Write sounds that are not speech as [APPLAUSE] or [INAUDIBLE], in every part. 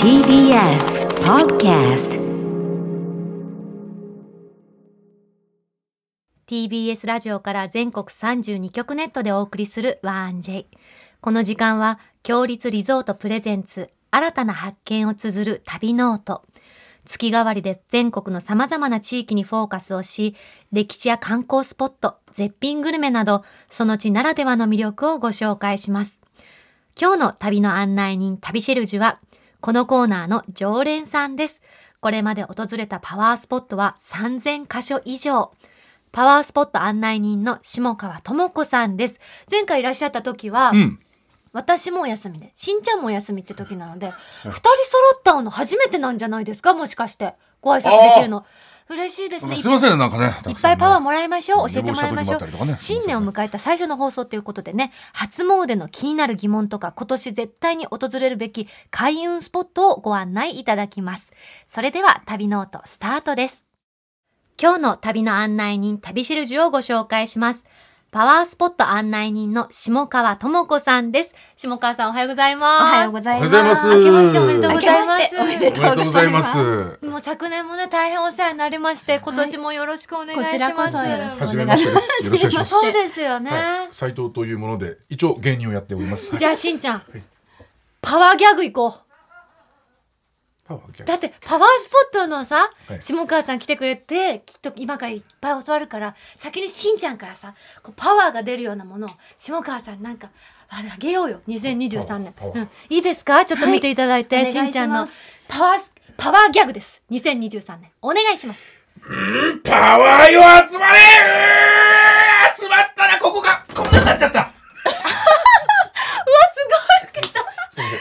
TBS Podcast TBS ラジオから全国32局ネットでお送りするワン J この時間は強立リゾートプレゼンツ新たな発見を綴る旅ノート月替わりで全国の様々な地域にフォーカスをし歴史や観光スポット絶品グルメなどその地ならではの魅力をご紹介します今日の旅の案内人、旅シェルジュは、このコーナーの常連さんです。これまで訪れたパワースポットは3000カ所以上。パワースポット案内人の下川智子さんです。前回いらっしゃった時は、うん。私もお休みで、しんちゃんもお休みって時なので、二人揃ったの初めてなんじゃないですかもしかして。ご挨拶できるの。嬉しいですね。すいませんね、なんかね。たいっくぱさんねいパワーもらいましょう。ね教えてもらいましょ寝う坊した時もあったりとか。ね新年を迎えた最初の放送ということでね、初詣の気になる疑問とか、今年絶対に訪れるべき開運スポットをご案内いただきます。それでは、旅ノートスタートです。今日の旅の案内人、旅しるじをご紹介します。パワースポット案内人の下川智子さんです。下川さんおはようございおます。はようございます。おはようございま明けましてすおめでとうございま明け。ますしておめでおめでとうございます。もう昨年もね、大変お世話になりまして、今年もよろしくお願いします。こちらこそよろしくお願いしますはじめましてです。よろしくお願いします。そうですよね。はい斉藤というもので、一応芸人をやっております。はいじゃあしんちゃん、パワーギャグ行こパワーギャう。グだってパワースポットのさ、はい下川さん来てくれて、きっと今からいっぱい教わるから、先にしんちゃんからさ、こうパワーが出るようなものを、下川さんなんか、ああげようよ、2023年パワーパうワ。ーん、いいですかちょっと見ていただいて、はいしんちゃんお願のいしますパワース、パワーギャグです。2023年。お願いします。パワーよ集まれうー集まったらここが、こんなになっちゃったすいません、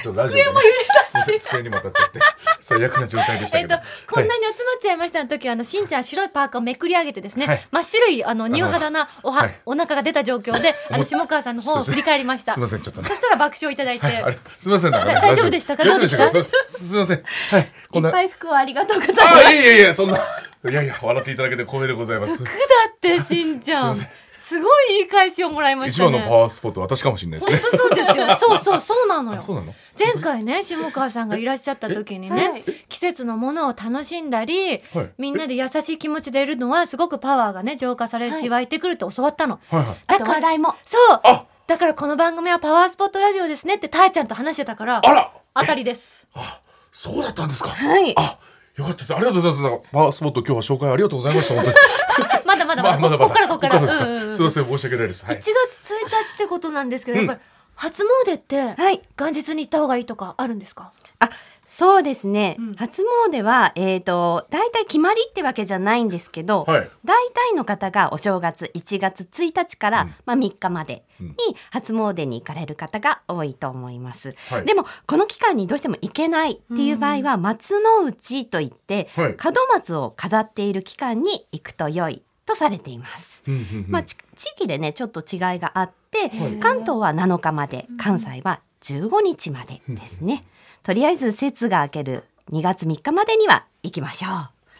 ちょっとラジオでね机も揺れたしすいません机にも当たっちゃって、最悪な状態でしたえけっどと。、こんなはいに集まっちゃいましたの時は、あの、しんちゃん白いパーカーをめくり上げてですね、はい真っ白い、あの、乳肌なおは、はいお腹が出た状況で、あの、下川さんの方を振り返りました。すいません、ちょっとねそ。したら爆笑いただいて、あれすみません、なんかねだ大丈夫でしたか大丈夫でしたどかうでしすすみません。はい、いこんっなぱ。い服をありがとうございます。あ、いやいやいや、そんな。いやいや、笑っていただけて光栄でございます。だってしんちゃん、すいますごいいい返しをもらいまし一た番のパね。ワースポット、私かもしれないです本当ね。そうです [LAUGHS] よ。そうそう、そうなのよあ。そうなの。前回ね下川さんがいらっしゃった時にね、はい季節のものを楽しんだり、はいみんなで優しい気持ちでいるのはすごくパワーがね浄化されるはし、い湧いてくるって教わったの。はいはい。あだとから笑いも。そうあだからこの番組はパワースポットラジオですねってたーちゃんと話してたからあら。当たり [LAUGHS] ですそうだったんですか。はいあ、よかったです。ありがとうございます。なんかパワースポット、今日は紹介ありがとうございました。本当に。 [LAUGHS] まだまだまだ,、まあこっからこっからですかうんうんうんすみません、申し訳ないです。はい1。月1日ってことなんですけどやっぱり初詣って、はい元日に行った方がいいとかあるんですかあ、そうですね。うん初詣は、えっ、と、大体決まりってわけじゃないんですけど、はい大体の方がお正月1月1日から、まあ3日までに初詣に行かれる方が多いと思います。はいでも、この期間にどうしても行けないっていう場合は、松の内といって、はい門松を飾っている期間に行くと良いとされています。うんうんうんまあ、ち地域でねちょっと違いがあって、い関東は7日まで関西は15日までですね、とりあえず節が明ける2月3日までには行きましょ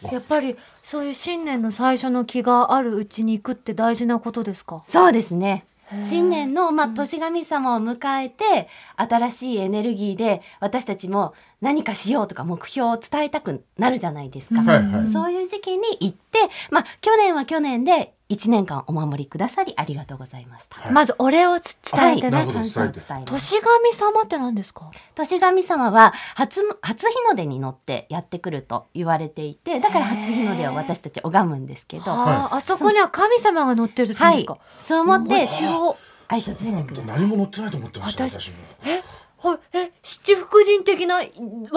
うやっぱりそういう新年の最初の気があるうちに行くって大事なことですかそうですねへー新年の、まあ、年神様を迎えて、新しいエネルギーで私たちも何かしようとか目標を伝えたくなるじゃないですか、はいはいそういう時期に行って、まあ、去年は去年で1年間お守りくださりありがとうございました。まずお礼をつ伝えてね、なるほど感謝を伝えます年神様って何ですか年神様は初初日の出に乗ってやってくると言われていてだから初日の出を私たち拝むんですけどははあ、あそこには神様が乗ってるって言うんでいすか、そう思って面白挨拶してくそうださいなんだ何も乗ってないと思ってました。私私も。えはい、え七福神的なわ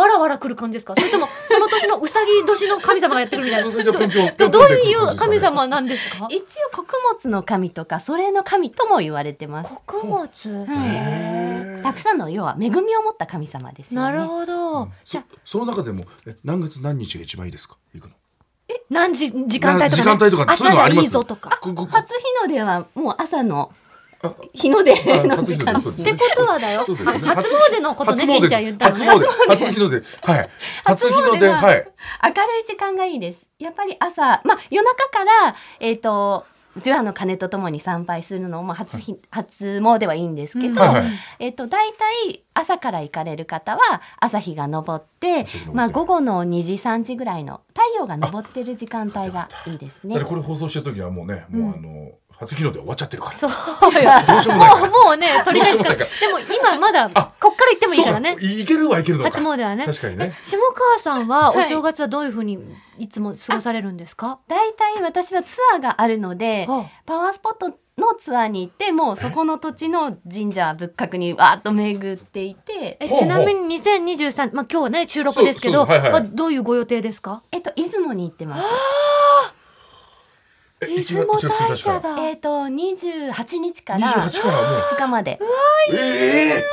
らわら来る感じですかそれ [LAUGHS] ともその年のうさぎ年の神様がやってくるみたいなうさぎがぴょんぴょんどどういうぴょんぴょん出神てくる感じですかね様なんですか一応穀物の神とかそれの神とも言われてます穀物、はいたくさんの要は恵みを持った神様ですよなねるほど、じそゃあその中でもえ何月何日が一番いいですか行くの何時時間帯とか,、ね、時間帯とかそういう朝のあがりまいすいぞとかこここ初日の出はもう朝の日の出の時間です初日の出そうですってことはだよ、そうですはね初詣のことね初詣しんちゃん言ったのね初詣初日の出 [LAUGHS] はい初日の出はは明いるい時間がいいです。やっぱり朝、まあ夜中から、えっ、と、除夜の鐘とともに参拝するのも初日初詣はいいんですけど、はいはいえっと大体朝から行かれる方は朝日が昇って朝日が昇ってまあ、午後の2時3時ぐらいの太陽が昇ってる時間帯がいいですだねから。これ放送してる時はもうね、もうあの初日の出終わっちゃってるから。そう [LAUGHS] どうしようもないかもらうもう [LAUGHS] ね取り返しどたうしようもないでからも今まだこっから行ってもいいからねそういいけるはいけるのか。初詣はね確かにね。え下川さんははいお正月はどういうふうにいつも過ごされるんですか、大体私はツアーがあるのではあパワースポットのツアーに行ってもうそこの土地の神社仏閣にわーっと巡っていてえほうほうちなみに2023、まあ、今日はね収録ですけどそうそうはいははいどういうご予定ですかえっと出雲に行ってます。え出雲大社。だえっと28日か二十ら八からもう。 2日までええ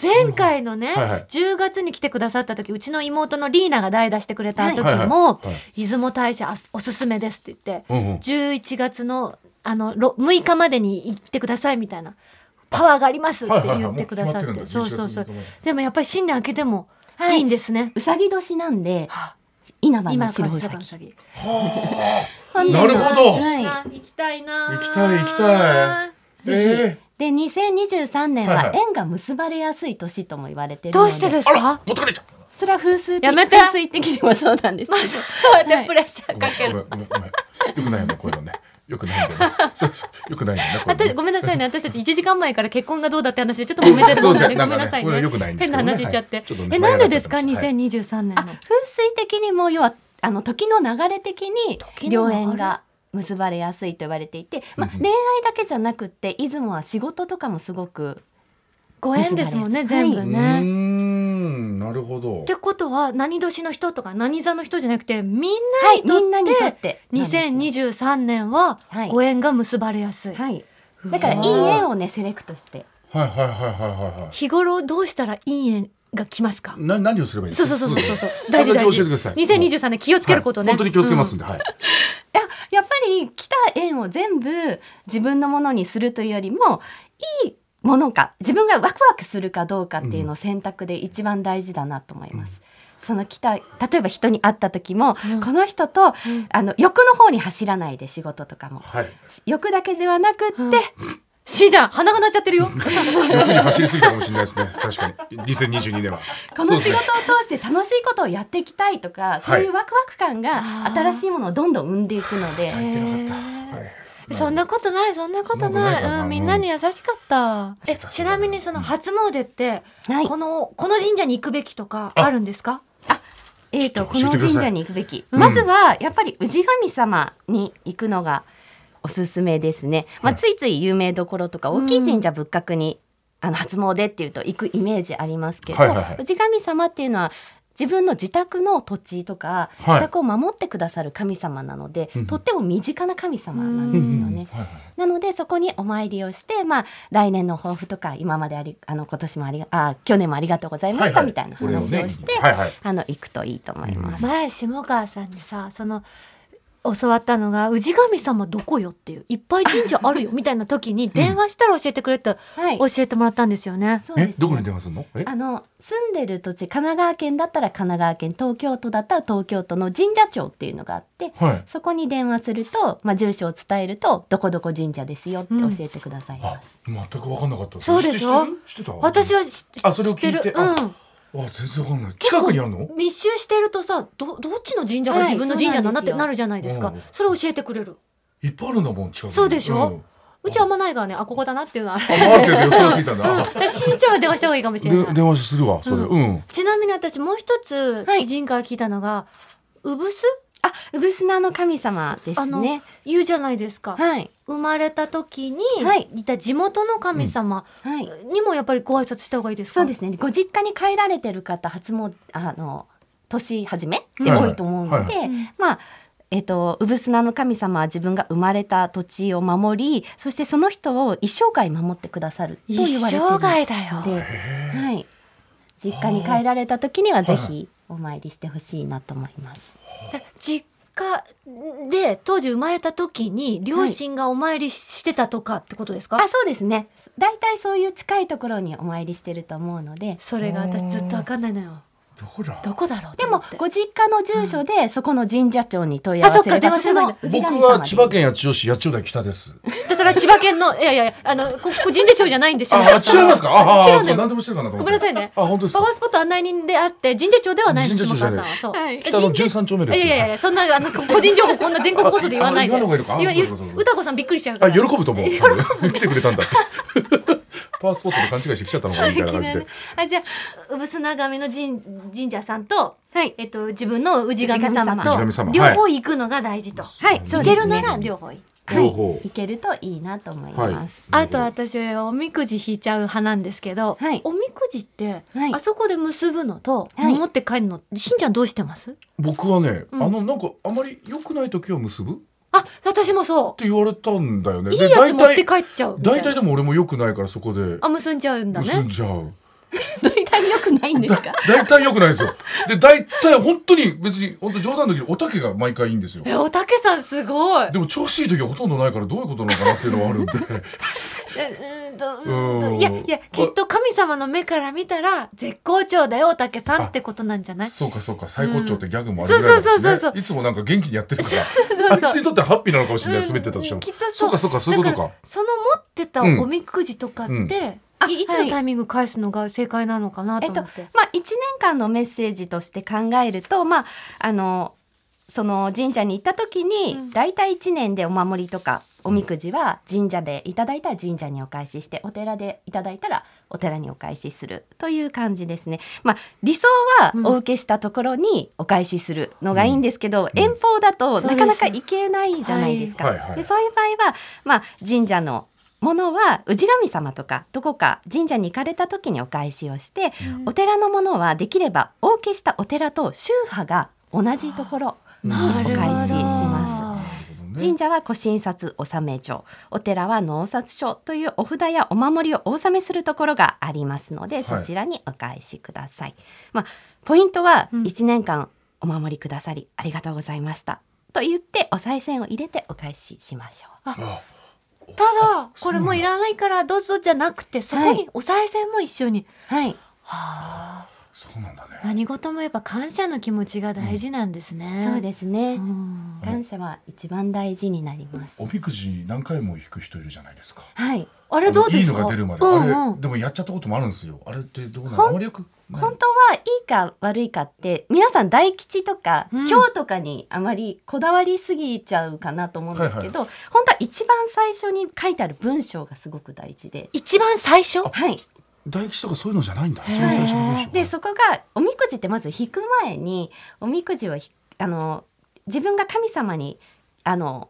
前回のね、はいはい10月に来てくださった時うちの妹のリーナが代打してくれた時も、はいはいはいは出雲大社あすおすすめですって言って、うんうん11月のあのろ6日までに行ってくださいみたいなパワーがありますって言ってくださって、はいはいはいもう決そまっうてるんだそうそう11月のでもやっぱり新年明けてもはいいいんですね、うさぎ年なんで稲葉の白うさ今ぎから先なるほどはい行きたいな行きたい行きたいええで2023年はいははい縁が結ばれやすい年とも言われてるのどで、うしてですあら持かってかれちゃう。それは風水的やめて風水的にもそうなんですけど、そうやってプレッシャーごかめけんる、ごめんごめんごめん。よくないよねこういうのね。よくないんだよね。そうそうよくないよねこういうのね私ごめんなさいね私たち1時間前から結婚がどうだって話でちょっと揉めてるもんなんで [LAUGHS] そうそうごめんなさいなんかねこれね良くないんです変けなどね話しちゃって、はいちょっとねえなんでですか前々から2023年の、風水的にも要はあの時の流れ的に時の良流れ縁が結ばれやすいと言われていて、まあ、うんうん恋愛だけじゃなくって出雲は仕事とかもすごくご縁ですもんね結ばれ全やすい部うね、ーんなるほど。ってことは何年の人とか何座の人じゃなくてみんなはいにとみんなにとっっててなんですよ2023年ははいご縁が結ばれやすい、はいだからいい縁をねセレクトしてはいはいはいはいはいはい。日頃どうしたらいい縁が来ますかな何をすればいいそうそうそうそうそう大事大教事えてください。 2023年気をつけることね、はい本当に気をつけますんで、はいい。ややっぱり来た縁を全部自分のものにするというよりもいいものか自分がワクワクするかどうかっていうのを選択で一番大事だなと思います。その来た例えば人に会った時も、うんこの人と、あの欲の方に走らないで仕事とかもはい。欲だけではなくって、うんしーちゃん鼻が鳴っちゃってるよ逆に走りすぎたかもしれないですね。確かに。2022年は。 [LAUGHS] この仕事をそうですね通して楽しいことをやっていきたいとかそう,、はいいうワクワク感があー新しいものをどんどん生んでいくのでは。い書いてなかった。はい。そんなことないそんなことそんななこいとないかなうん、みんなに優しかったえちなみにその初詣って、はいこのこの神社に行くべきとかあるんですかえー、とこちょのっと教え神てください社に行くべき、んまずはやっぱり氏神様に行くのがおすすめですね、まあ、ついつい有名どころとか大きい神社仏閣に、あの初詣っていうと行くイメージありますけど、はいはいはい氏神様っていうのは自分の自宅の土地とか、はい自宅を守ってくださる神様なので、うんとっても身近な神様なんですよね。はいはい。なのでそこにお参りをして、まあ、来年の抱負とか今までありあの今年もありあ去年もありがとうございましたみたいな話をして、はいはい。あの行くといいと思います。前下川さんにさその教わったのが「氏神様どこよ?」っていう「いっぱい神社あ [LAUGHS] るよ」みたいな時に電話したら教えてくれってはい教えてもらったんですよね。そうですえね、どこに電話するの？え？あの住んでる土地神奈川県だったら神奈川県東京都だったら東京都の神社庁っていうのがあって、はいそこに電話すると、まあ、住所を伝えるとどこどこ神社ですよって教えてくださいます、あ、全く分かんなかった。そうでしょ知ってる知ってた。私はしあそれ知をって聞いてる、うあん、あ全然わかんない。近くにあるの？密集してるとさどどっちの神社はがい自分の神社なんそうなだってんですよなるじゃないですか、うんそれ教えてくれるいっぱいあるんだもん近くに。そうでしょんうちあんまないからねあここだなっていうの [LAUGHS] はあるあある程度予想がついたんだ。あだしんちゃんは電話した方がいいかもしでれない電話するわそれ。ううん。ちなみに私もう一つはい知人から聞いたのが「うぶすあ産砂の神様で」あすの、ね言うじゃないですか、はい生まれた時に、はいいた地元の神様はいにもやっぱりご挨拶した方がいいですか、そうですねご実家に帰られてる方初もあの年始めってうん多いと思うので、はいはいまあえっと産砂の神様は自分が生まれた土地を守りそしてその人を一生涯守ってくださると言われていますだよで、はい、実家に帰られた時にはぜひお参りしてほしいなと思います。実家で当時生まれた時に両親がお参りしてたとかってことですか、あ、そうですね。だいたいそういう近いところにお参りしてると思うので、それが私ずっとわかんないのよどこだどこだろうでと思もってご実家の住所でそこの神社庁に問い合わせればあそっか電話すればいいんだその僕氏神様はに千葉県八千代市八千代台北です。だから千葉県のいやいやいやあのここ神社庁じゃないんでしょあ、あ違いますか。あ、あ違うあ、んだそうよ何でもしてるかなと思ごって。めんなさいねあ、本当ですパワかー。スポット案内人であって神社庁ではないんです神社庁じゃない下川さんはそう、はい北の神十三丁目いでやす。いやいやそんなあの個人情報こんな全国放送で言わないでああ言わない方がいいのかあ言わそうそうそうそう歌子さんびっくりしちゃうかあ、ら喜ぶと [LAUGHS] 思う。来てくれたんだって。パワースポットで勘違いして来ちゃったのかみたいな感じで。あじゃあ産砂神の神神社さんと、はいえっと、自分の氏神様氏と神様両方行くのが大事と、はいそう行ですけるねなら両方行く両方いけるといいなと思います、あと私おみくじ引いちゃう派なんですけど、はいおみくじって、はいあそこで結ぶのと、はい持って帰るのしんちゃんどうしてます僕はね、うんあのなんかあまり良くない時は結ぶっあ私もそて言われたんだよね。ういいでやつ持って帰っ大体ちゃうみたい大な体でも俺も良くないからそこであ結んじゃうんだ結ねんじゃう。 [LAUGHS] 大体良くないんですか大体良くないですよ。で大体本当に別に本当冗談の時おたけが毎回いいんですよ。えおたけさんすごいでも調子いい時はほとんどないからどういうことなのかなっていうのはあるんでえうーんとうーうんーとんいやいやきっと神様の目から見たら絶好調だよおたけさんってことなんじゃないそうかそうか最高潮ってギャグもあるぐらいなんでそうそうそうすそうねいつもなんか元気にやってるからそうそうあいつにとってはハッピーなのかもしれないうん滑ってたとしてもきっとそうそうかそうかそういうことだからその持ってたおうんみくじとかって、うんあいいつはのいタイミング返すのが正解なのかなえとっと思まって、あ一年間のメッセージとして考えるとまああのその神社に行った時に、うん大体一年でお守りとかおみくじは神社でいただいたら神社にお返ししてお寺でいただいたらお寺にお返しするという感じですね。まあ理想はうんお受けしたところにお返しするのがいいんですけど、遠方だとそうなですねかなか行けないじゃないですか。はいはいはいでそういう場合はまあ神社のものは氏神様とかどこか神社に行かれた時にお返しをして、お寺のものはできればお受けしたお寺と宗派が同じところにおな返しします。す神社は御神札納め帳お寺は納札書というお札やお守りをお納めするところがありますので、いそちらにお返しください、まあ、ポイントはうん1年間お守りくださりありがとうございましたと言ってお賽銭を入れてお返ししましょうただこれもういらないからどうぞじゃなくてそこにお賽銭も一緒に、はいはあそうなんだね何事もやっぱ感謝の気持ちが大事なんですね、そうですねうん感謝は一番大事になりますおみくじ何回も引く人いるじゃないですかはいあれどうですあのかいいのが出るまで、うんうあんれでもやっちゃったこともあるんですよあれってどうなほのんあまりよくない本当はいいか悪いかって皆さん大吉とか、うん今日とかにあまりこだわりすぎちゃうかなと思うんですけど、は本当は一番最初に書いてある文章がすごく大事で。一番最初はい、大吉とかそういうのじゃないんだ一番最初の文章でそこがおみくじってまず引く前におみくじをひあの自分が神様にあの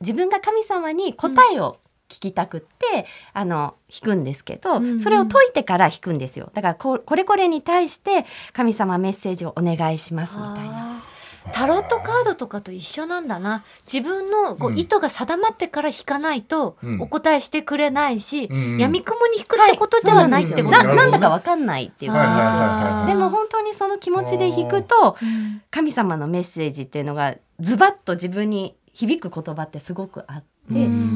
自分が神様に答えを聞きたくって、あの引くんですけど、うんうんそれを解いてから引くんですよだからこうこれこれに対して神様メッセージをお願いしますみたいな。あータロットカードとかと一緒なんだな自分のこううん意図が定まってから引かないとうんお答えしてくれないし、うんうんやみくもに引くってことではないってことななだるなほどねんだかわかんないっていうはいはいかはいはいでも本当にその気持ちで引くとうん神様のメッセージっていうのがズバッと自分に響く言葉ってすごくあって、うん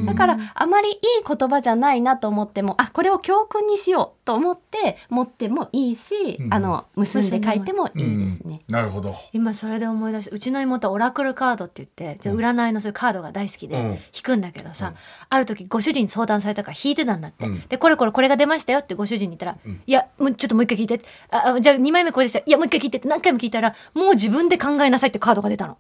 だかうらんあまりいい言葉じゃないなと思ってもあこれを教訓にしようと思って持ってもいいし、うんあの結んで書いてもいいですね。なるほど今それで思い出したうちの妹はオラクルカードって言ってじゃあうん占いのそういうカードが大好きでうん引くんだけどさ、うんある時ご主人に相談されたから引いてたんだって、うんでこれこれこれが出ましたよってご主人に言ったら「うんいやもうちょっともう一回聞いて」ああじゃあ2枚目これでしたいやもう一回聞いて」って何回も聞いたら「もう自分で考えなさい」ってカードが出たの。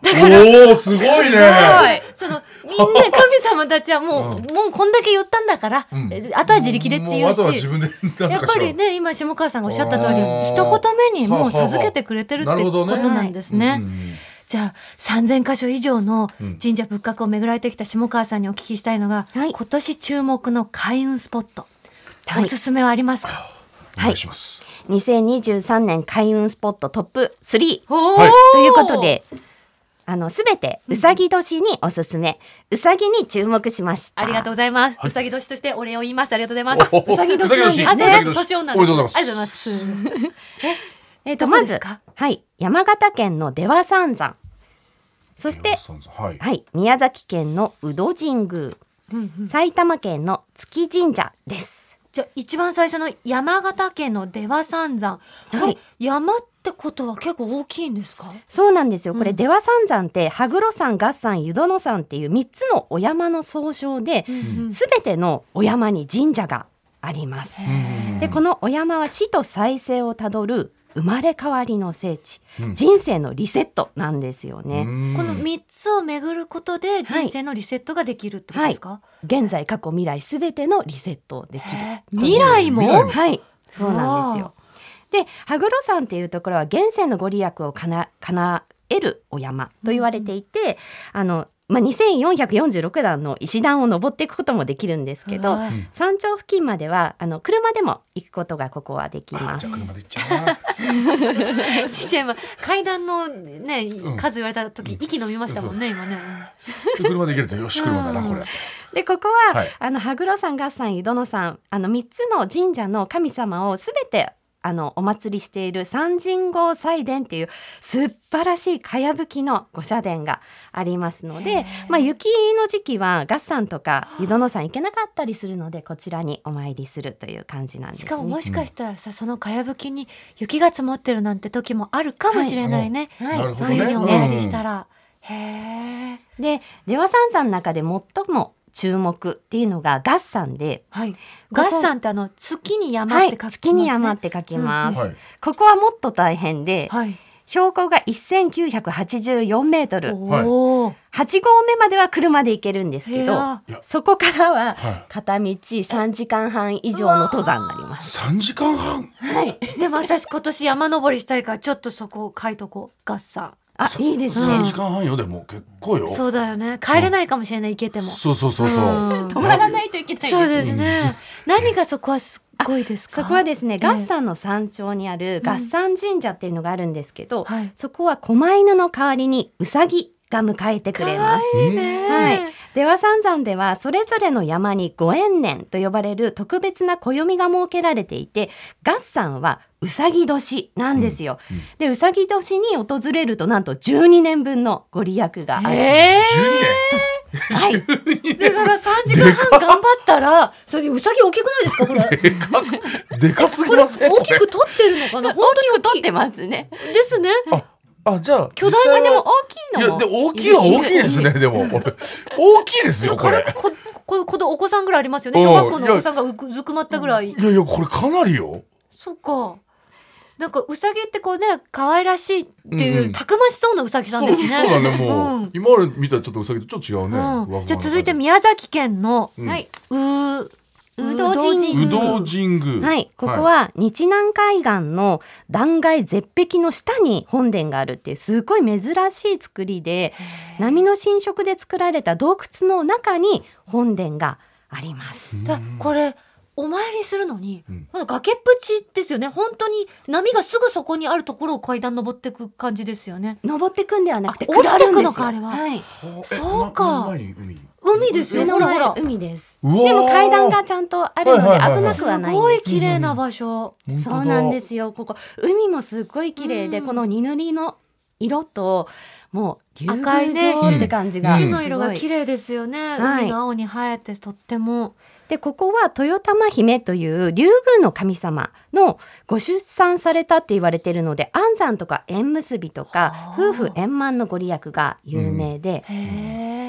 おおすごいねそのみんな神様たちはもう、うもうこんだけ言ったんだから、うんえあとは自力でっても言うあとは自し。分でなんやとっかぱしろりね今下川さんがおっしゃった通りあー一言目にもう授けてくれてるってなるこほとどねなんですね。うんうんうんじゃあ3,000箇所以上のうん神社仏閣を巡られてきた下川さんにお聞きしたいのが、はい今年注目の開運スポット、はいおすすめはありますか、お願いします2023年開運スポットトップ3はいということで、あのすべてうさぎ年におすすめ、うさぎに注目しました。ありがとう。うございます、うさぎ年としてお礼を言いますありがとうございますおおうさぎ年なんでうさぎあ年そううさぎ年年女おめでとうございますありがとうございます [LAUGHS] えっ、とどこまですずかはい山形県の出羽三山、そしてはいはい宮崎県の宇戸神宮、うんうん埼玉県の月神社です。じじゃあ一番最初の山形県の出羽三山、はいこれ山ってことは結構大きいんですかそうなんですよ。これ、うん出羽三山って、羽黒山、合山、湯殿山っていう3つのお山の総称で、うんすべてのお山に神社があります。で、このお山は死と再生をたどる生まれ変わりの聖地、うん人生のリセットなんですよね。うんこの3つを巡ることで人生のリセットができるってことですか、現在、過去、未来、すべてのリセットをできる。へえ未来も未来もはい、そうなんですよ。で、羽黒山っていうところは現世のご利益をかな叶えるお山と言われていて、あの。まあ、2446段の石段を登っていくこともできるんですけうどわ [LAUGHS] 山頂付近まではあの車でも行くことがここはできますじゃあ。車で行っちゃうな。シシェンは階段のねうん数言われた時、息飲みましたもんね今ねで車で行けるとよし車だなうんこれ。でここは、はいあの羽黒山合山湯殿山あの3つの神社の神様をすべてあのお祭りしている三神宮祭殿っていう素晴らしいかやぶきの御社殿がありますので、まあ、雪の時期は合山とか湯殿山行けなかったりするのでこちらにお参りするという感じなんです、しね、かももしかしたらさそのかやぶきに雪が積もってるなんて時もあるかもしれないね、はいなるほそどういうふうにおね参りしたら、へえで出羽三山の中で最も注目っていうのが合山で、はいこガッサンってあの月に山っはてい、書きますね、月に山って書きます、はい。ここはもっと大変で、はい標高が1984メートルはいおお8合目までは車で行けるんですけどいやそこからははい片道3時間半以上の登山になります。三時間半。でも私今年山登りしたいからちょっとそこ書いとこうガッサあいいですね三時間半よでも結構よ。ンそそうだよね帰れないかもしれない行けてもうそうそうそう。うん止まらないといけないそうですね何がそこはすっごいですかそこはですねええ合山の山頂にある合山神社っていうのがあるんですけど、はいそこは狛犬の代わりにウサギが迎えてくれます。うんはい、出羽三山ではそれぞれの山にご縁年と呼ばれる特別な暦が設けられていて合山はうさぎ年なんですよ。でうさぎ年に訪れるとなんと12年分のご利益がある。え十二年。はい、ー、だから3時間半頑張ったらそれでウサギ大きくないですかこれでかくでかすぎません。大きく取ってるのかな大本きく取ってますね。当ですねこれ。ああじゃあ巨大なでも実大きい際のも。はいやで大きいは大きいですね。でもこれ大きいですよこれ。こここのお子さんぐらいありますよね小学校のお子さんがうくずくまったぐらいいやいやこれかなりよ。そっかなんかウサギってこうね可愛らしいっていうようんうりんたくましそうなウサギさんですねそうそうだねもう、うん今まで見たちょっとウサギとちょっと違うね、ふわふうわん、な感じゃあ続いて宮崎県のうんはい、うーううどう神宮うどう神宮はい、ここは日南海岸の断崖絶壁の下に本殿があるっていうすごい珍しい作りで波の浸食で作られた洞窟の中に本殿があります。だこれお参りするのに、うんほんと崖っぷちですよね本当に波がすぐそこにあるところを階段登っていく感じですよね登ってくんではなくてあ降りてく下るんですよのかあれはいうそうか前に海海です目よのほら前ほら海です。うわーでも階段がちゃんとあるのではいはい危はいはいなすくはないんごいです。綺麗な場所、本当そだうなんですよ。ここ海もすっごい綺麗で、うんこの二塗りの色ともう竜赤いね宮城って感じが、うん木の色が綺麗ですよね、はい海の青に映えてとってもでここは豊玉姫という竜宮の神様のご出産されたって言われているので安産とか縁結びとか夫婦円満のご利益が有名で、へ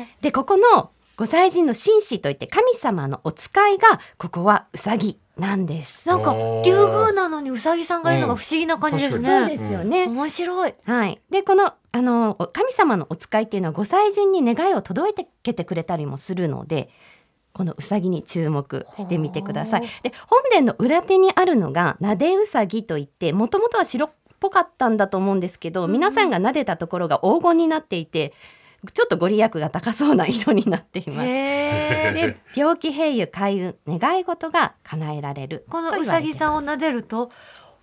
え、でここの御祭神の神子といって神様のお使いがここはうさぎなんです。なんかおー竜宮なのにうさぎさんがいるのが不思議な感じですうんね、確かにですよね、面白いはい、でこのあのお神様のお使いっていうのは御祭神に願いを届けてけてくれたりもするのでこのうさぎに注目してみてくださいほ。で本殿の裏手にあるのがなでうさぎといってもともとは白っぽかったんだと思うんですけど、んうん皆さんが撫でたところが黄金になっていてちょっとご利益が高そうな色になっています。 [LAUGHS] へえで病気平癒開運願い事が叶えられるこのとう言わされていぎますさんを撫でると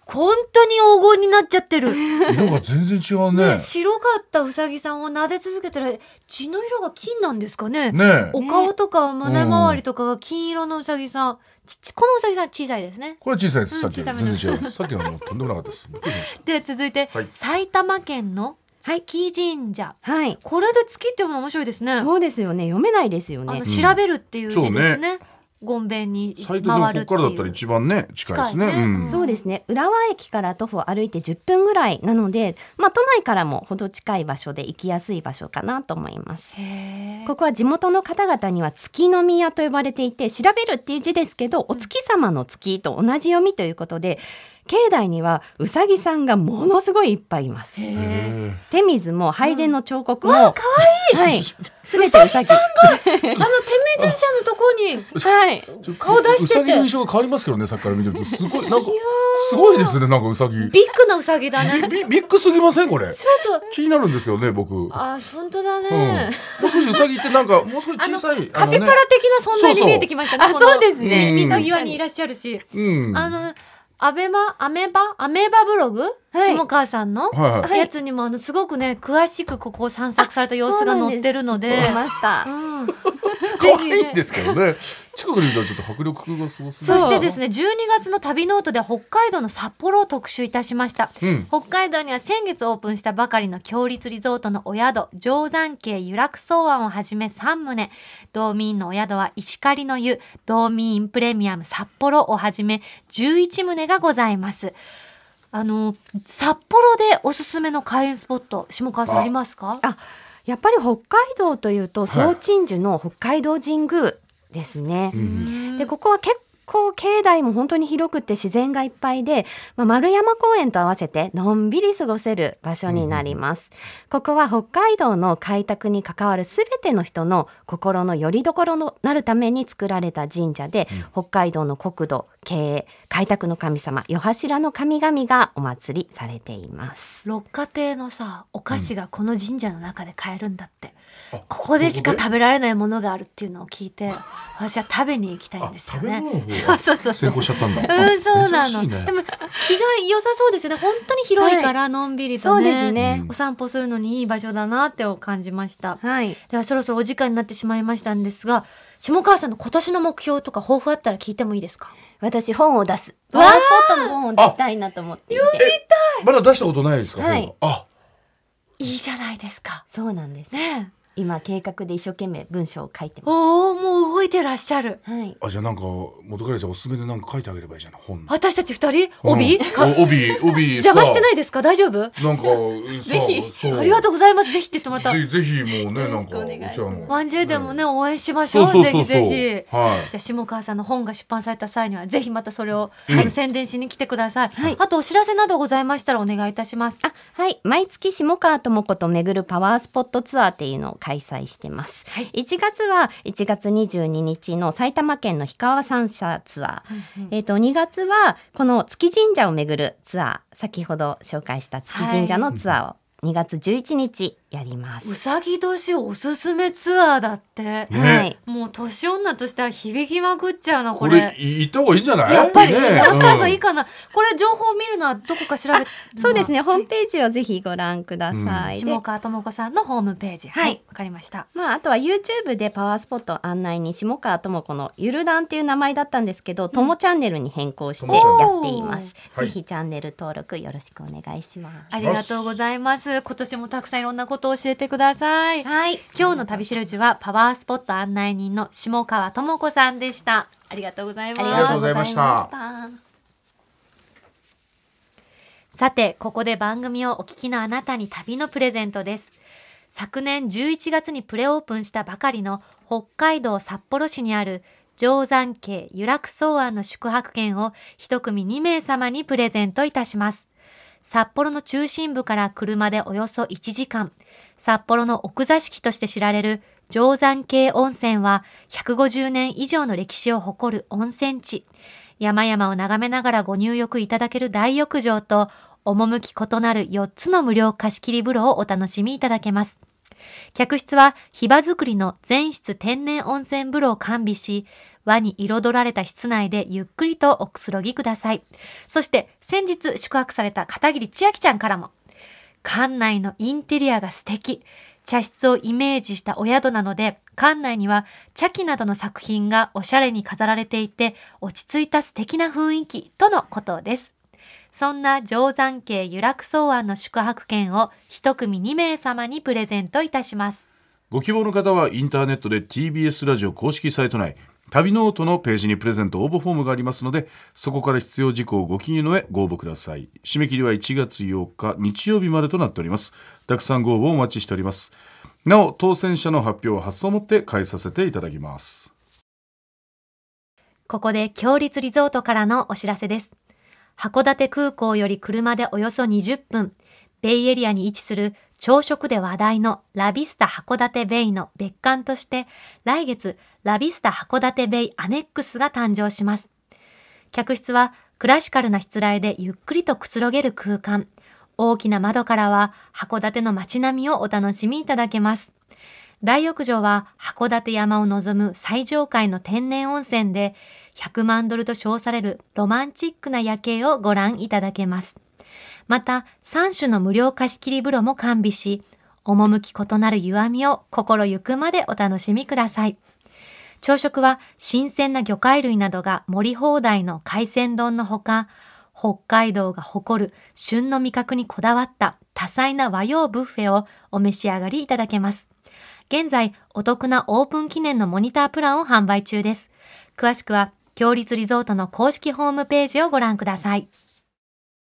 本当に黄金になっちゃってる、色が全然違うね白かったうさぎさんを撫で続けたら血の色が金なんですかねねえお顔とか胸周りとかが金色のうさぎさんちちこのうさぎさん小さいですねこれは小さいですさっきうん小よさりめの全然違うさっきのはもうとんでもなかったですびっくりしましで続いて、はい埼玉県の月神社、はいこれで月っていうの面白いですねそうですよね読めないですよあのね調べるっていう字ですねごんべんに回るっ最低てでもいこう。こからだったら一番ね近いですね近いねうんそうですね浦和駅から徒歩歩いて10分ぐらいなので、まあ、都内からもほど近い場所で行きやすい場所かなと思います。へーここは地元の方々には月の宮と呼ばれていて調べるっていう字ですけどお月様の月と同じ読みということで境内にはうさぎさんがものすごいいっぱいいますへーへ手水も拝殿の彫刻も、わあ、かわいい。はい、すべてうさぎあの、手水社のとこに、はいえ顔出しててうさぎの印象が変わりますけどねさっきから見てるとすごいなんかすごいですねなんかうさぎビッグなウサギだ [LAUGHS] ね。ビビッグすぎませんこれちょっと、気になるんですけどね僕うんもあ、本当だね。う少しうさぎってなんかもう少し小さいカピバラあ的な存在に見えてきましたね。あこのそうですねうん水際にいらっしゃるし。のねうんあの、アベマ、アメバ、アメーバブログ、はい下川さんの、はいはいやつにも、あの、すごくね、詳しくここを散策された様子が載ってるので。出ましたうん、可愛いんねですけどね近くで見たらちょっと迫力がすごすぎそるしてですね12月の旅ノートで北海道の札幌を特集いたしました、うん北海道には先月オープンしたばかりの強立リゾートのお宿定山渓由楽草庵をはじめ3棟道民のお宿は石狩の湯道民プレミアム札幌をはじめ11棟がございますあの札幌でおすすめの開運スポット下川さんありますかあやっぱり北海道というと総鎮守の北海道神宮ですね、うんでここは結構境内も本当に広くて自然がいっぱいで、まあ、丸山公園と合わせてのんびり過ごせる場所になります、ここは北海道の開拓に関わるすべての人の心の拠り所になるために作られた神社で、北海道の国土経営開拓の神様与柱の神々がお祭りされています六花亭のさお菓子がこの神社の中で買えるんだって、あここでしかここで食べられないものがあるっていうのを聞いて私は食べに行きたいんですよねあ食べ物の方そうがそうそう成そう功しちゃったんだうん、そうなの、珍しいでねも気が良さそうですよね本当に広いからのんびりとね,、ねお散歩するのにいい場所だなって感じました、はいではそろそろお時間になってしまいましたんですが下川さんの今年の目標とか抱負あったら聞いてもいいですか私本を出すパわーワースポットの本を出したいなと思っていてまだ出したことないですかはい本があいいじゃないですかそうなんですねえ今計画で一生懸命文章を書いてますおおもう動いてらっしゃるはいあじゃあなんか元彼ちゃんおすすめでなんか書いてあげればいいじゃない本の私たち二人帯、うんお帯帯 [LAUGHS] さ邪魔してないですか大丈夫 [LAUGHS] なんかさそうありがとうございますぜひって言ってもらったぜひぜひもうねなんしくかお願いしますうちらもワンジェイでもね応援しましょそううそぜうひそうそうぜひはいじゃあ下川さんの本が出版された際にはぜひまたそれを、んあの宣伝しに来てください、あとお知らせなどございましたらお願いいたしますあはい毎月下川智子と巡るパワースポットツアーっていうのを開催してます、はい1月は1月22日の埼玉県の氷川三社ツアー、えっ、と2月はこの月神社を巡るツアー先ほど紹介した月神社のツアーを2月11日やります、うさぎ年おすすめツアーだって、ねはいもう年女としては響きまくっちゃうなここれれい行った方がいいんじゃないやっぱり、ね仲がいいうんかな、これ情報を見るのはどこか調べそうですねねホームページをぜひご覧ください、で下川智子さんのホームページはいはいわかりましたまあ、あとは YouTube でパワースポット案内に下川智子のゆるだんっていう名前だったんですけど、ともチャンネルに変更してやっています。おーぜひチャンネル登録よろしくお願いします。ありがとうございます。今年もたくさんいろんなことを教えてください。はい、今日の旅しるじはパワースポット案内人の下川智子さんでした。ありがとうございます。ありがとうございましたあさて、ここで番組をお聞きのあなたに旅のプレゼントです。昨年11月にプレオープンしたばかりの北海道札幌市にある定山渓由楽草庵の宿泊券を一組2名様にプレゼントいたします。札幌の中心部から車でおよそ1時間、札幌の奥座敷として知られる定山渓温泉は150年以上の歴史を誇る温泉地。山々を眺めながらご入浴いただける大浴場と、趣異なる4つの無料貸し切り風呂をお楽しみいただけます。客室はヒバ作りの全室天然温泉風呂を完備し、和に彩られた室内でゆっくりとおくつろぎください。そして先日宿泊された片桐千秋ちゃんからも、館内のインテリアが素敵。茶室をイメージしたお宿なので、館内には茶器などの作品がおしゃれに飾られていて、落ち着いた素敵な雰囲気とのことです。そんな定山渓由楽草庵の宿泊券を一組2名様にプレゼントいたします。ご希望の方はインターネットで TBS ラジオ公式サイト内旅ノートのページにプレゼント応募フォームがありますのでそこから必要事項をご記入の上ご応募ください締め切りは1月8日日曜日までとなっておりますたくさんご応募お待ちしておりますなお当選者の発表は発送をもって返させていただきますここで強立リゾートからのお知らせです。函館空港より車でおよそ20分、ベイエリアに位置する朝食で話題のラビスタ函館ベイの別館として、来月ラビスタ函館ベイアネックスが誕生します。客室はクラシカルな失礼でゆっくりとくつろげる空間。大きな窓からは函館の街並みをお楽しみいただけます。大浴場は函館山を望む最上階の天然温泉で100万ドルと称されるロマンチックな夜景をご覧いただけます。また3種の無料貸し切り風呂も完備し、趣異なる湯あみを心ゆくまでお楽しみください。朝食は新鮮な魚介類などが盛り放題の海鮮丼のほか、北海道が誇る旬の味覚にこだわった多彩な和洋ブッフェをお召し上がりいただけます。現在、お得なオープン記念のモニタープランを販売中です。詳しくは、強立リゾートの公式ホームページをご覧ください。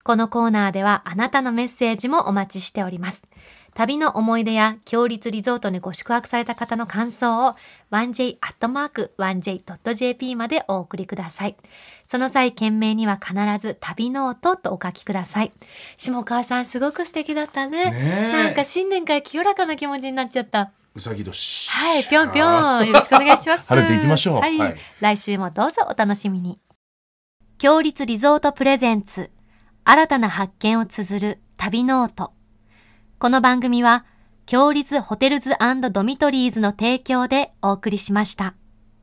このコーナーではあなたのメッセージもお待ちしております。旅の思い出や強立リゾートにご宿泊された方の感想を 1j.1j.jp までお送りください。その際、件名には必ず旅ノートとお書きください。下川さん、すごく素敵だったね。ねえなんか新年から清らかな気持ちになっちゃった。うさぎ年はい、ぴょんぴょん、よろしくお願いし [LAUGHS] ます。晴れていきましょうはい、はい来週もどうぞお楽しみに。強立リゾートプレゼンツ、新たな発見を綴る旅ノート。この番組は、強立ホテルズドミトリーズの提供でお送りしました。